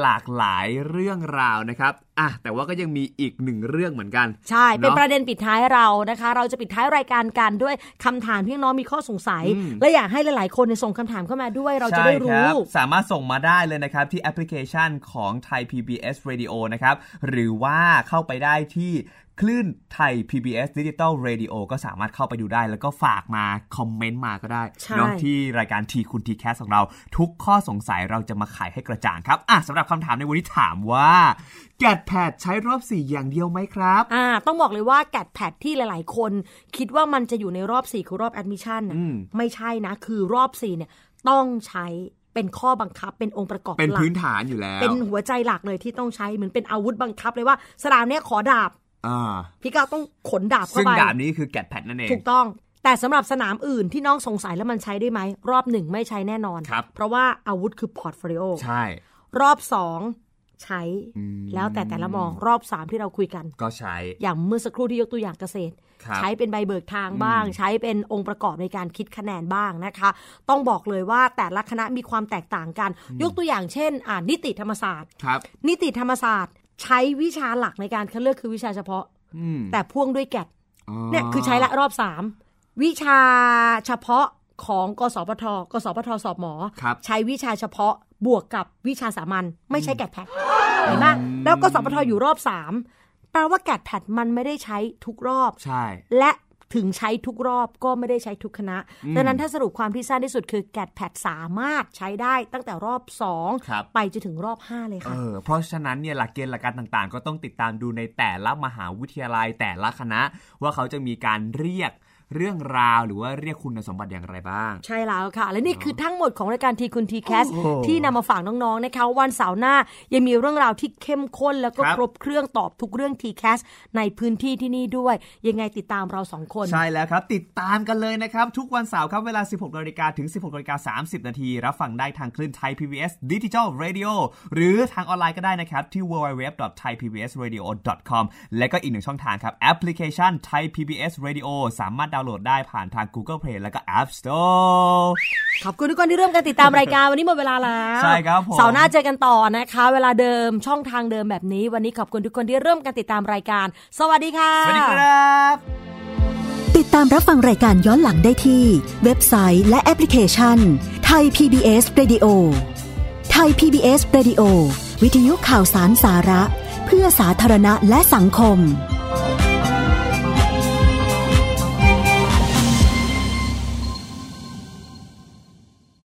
[SPEAKER 3] หลากหลายเรื่องราวนะครับอ่ะแต่ว่าก็ยังมีอีกหนึ่งเรื่องเหมือนกัน
[SPEAKER 2] ใช่ เป็น
[SPEAKER 3] อะ
[SPEAKER 2] ประเด็นปิดท้ายเรานะคะ เราจะปิดท้ายรายการกันด้วยคำถามที่น้องมีข้อสงสัย และอยากให้หลาย ๆ คนเนี่ยส่งคำถามเข้ามาด้วย เราจะได้
[SPEAKER 3] ใช่
[SPEAKER 2] รู้
[SPEAKER 3] คบสามารถส่งมาได้เลยนะครับ ที่แอปพลิเคชันของ Thai PBS Radio นะครับ หรือว่าเข้าไปได้ที่คลื่นไทย PBS Digital Radio ก็สามารถเข้าไปดูได้ แล้วก็ฝากมาคอมเมนต์มาก็ได้
[SPEAKER 2] ใช่
[SPEAKER 3] เนอะที่รายการทีคุณทีแคสของเรา ทุกข้อสงสัยเราจะมาไขให้กระจ่างครับอ่ะสำหรับคำถามในวันนี้ถามว่าแกดแพดใช้รอบสี่อย่างเดียวไหมครับ
[SPEAKER 2] อ่า ต้องบอกเลยว่าแกดแพดที่หลาย ๆ คน คิดว่ามันจะอยู่ในรอบ 4 คือรอบแอดมิชชั่น
[SPEAKER 3] อืม
[SPEAKER 2] ไม่ใช่นะ คือรอบ 4 เนี่ยต้องใช้เป็นข้อบังคับเป็นองค์ประกอบ
[SPEAKER 3] เป็น
[SPEAKER 2] หลัก
[SPEAKER 3] พื้นฐานอยู่แล้ว
[SPEAKER 2] เป็นหัวใจหลักเลยที่ต้องใช้เหมือนเป็นอาวุธบังคับเลยว่า สนามเนี้ยขอดาบ
[SPEAKER 3] อ่า
[SPEAKER 2] พี่ก้าวต้องขนดาบเข้า
[SPEAKER 3] ซึ่ง
[SPEAKER 2] ไป
[SPEAKER 3] ดาบนี้คือแกดแพดนั่นเอง
[SPEAKER 2] ถูกต้อง แต่สำหรับสนามอื่นที่น้องสงสัยแล้วมันใช้ได้ไหม รอบหนึ่งไม่ใช้แน่นอน
[SPEAKER 3] ครับ
[SPEAKER 2] เพราะว่าอาวุธคือพอร์ตโฟลิโอ
[SPEAKER 3] ใช่
[SPEAKER 2] รอบสองใช้
[SPEAKER 3] อืม
[SPEAKER 2] แล้วแต่แต่ละมองรอบสามที่เราคุยกัน
[SPEAKER 3] ก็ใช้
[SPEAKER 2] อย่างเมื่อสักครู่ที่ยกตัวอย่างเกษตร
[SPEAKER 3] ครับ
[SPEAKER 2] ใช้เป็นใบเบิกทางบ้าง ใช้เป็นองค์ประกอบในการคิดคะแนนบ้างนะคะ ต้องบอกเลยว่าแต่ละคณะมีความแตกต่างกัน ยกตัวอย่างเช่นอ่านิติธรรมศาสตร์
[SPEAKER 3] ครับ
[SPEAKER 2] นิติธรรมศาสตร์ ใช้วิชาหลักในการคัดเลือกคือวิชาเฉพาะ
[SPEAKER 3] อืม
[SPEAKER 2] แต่พ่วงด้วยแกด
[SPEAKER 3] อ๋
[SPEAKER 2] เนี่ยคือใช้ละรอบสามวิชาเฉพาะของกสพทกสพทสอบหมอ
[SPEAKER 3] ครับ
[SPEAKER 2] ใช้วิชาเฉพาะบวกกับวิชาสามัญไม่ใช้แกดแพดเห็นไหมแล้วกสพทอยู่รอบสามแปลว่าแกดแพดมันไม่ได้ใช้ทุกรอบ
[SPEAKER 3] ใช่
[SPEAKER 2] และถึงใช้ทุกรอบก็ไม่ได้ใช้ทุกคณะ ดังนั้นถ้าสรุปความที่สั้นที่สุดคือแกดแพดสามารถใช้ได้ตั้งแต่รอบสอง
[SPEAKER 3] ครับ
[SPEAKER 2] ไปจนถึงรอบห้าเลย
[SPEAKER 3] เอ
[SPEAKER 2] ค่ะ
[SPEAKER 3] อ เพราะฉะนั้นเนี่ยหลักเกณฑ์หลักการต่างๆ ก็ต้องติดตามดูในแต่ละมหาวิทยาลัยแต่ละคณะ ว่าเขาจะมีการเรียกเรื่องราวหรือว่าเรียกคุณสมบัติอย่างไรบ้าง
[SPEAKER 2] ใช่แล้วค่ะ และนี่คือทั้งหมดของรายการทีคุณทีแคส
[SPEAKER 3] โอ้โห
[SPEAKER 2] ที่นำมาฝากน้องๆนะคะ วันเสาร์หน้ายังมีเรื่องราวที่เข้มข้น แล้วก็
[SPEAKER 3] ครับ
[SPEAKER 2] ครบเครื่องตอบทุกเรื่องทีแคสในพื้นที่ที่นี่ด้วย ยังไงติดตามเราสองคน
[SPEAKER 3] ใช่แล้วครับ ติดตามกันเลยนะครับ ทุกวันเสาร์ครับเวลา 16นาฬิกาถึง 16นาฬิกา30 นาทีรับฟังได้ทางคลื่นไทย PBS Digital Radio หรือทางออนไลน์ก็ได้นะครับ ที่ www.thaipbsradio.com และก็อีกหนึ่งช่องทางครับ แอปพลิเคชัน Thai PBS Radio สามารถดาวน์โหลดได้ผ่านทาง Google Play แล้วก็ App Store
[SPEAKER 2] ขอบคุณทุกคนที่ร่วมกันติดตามรายการ วันนี้หมดเวลาแล้ว
[SPEAKER 3] ใช่ครับผม
[SPEAKER 2] เสาร์หน้าเจอกันต่อนะคะ เวลาเดิมช่องทางเดิมแบบนี้ วันนี้ขอบคุณทุกคนที่ร่วมกันติดตามรายการ สวัสดีค่ะ
[SPEAKER 3] สวัสดีครับ
[SPEAKER 5] ติดตามรับฟังรายการย้อนหลังได้ที่ เว็บไซต์และแอปพลิเคชันไทย PBS Radio ไทย PBS Radio วิทยุข่าวสารสาระ เพื่อสาธารณะและสังคม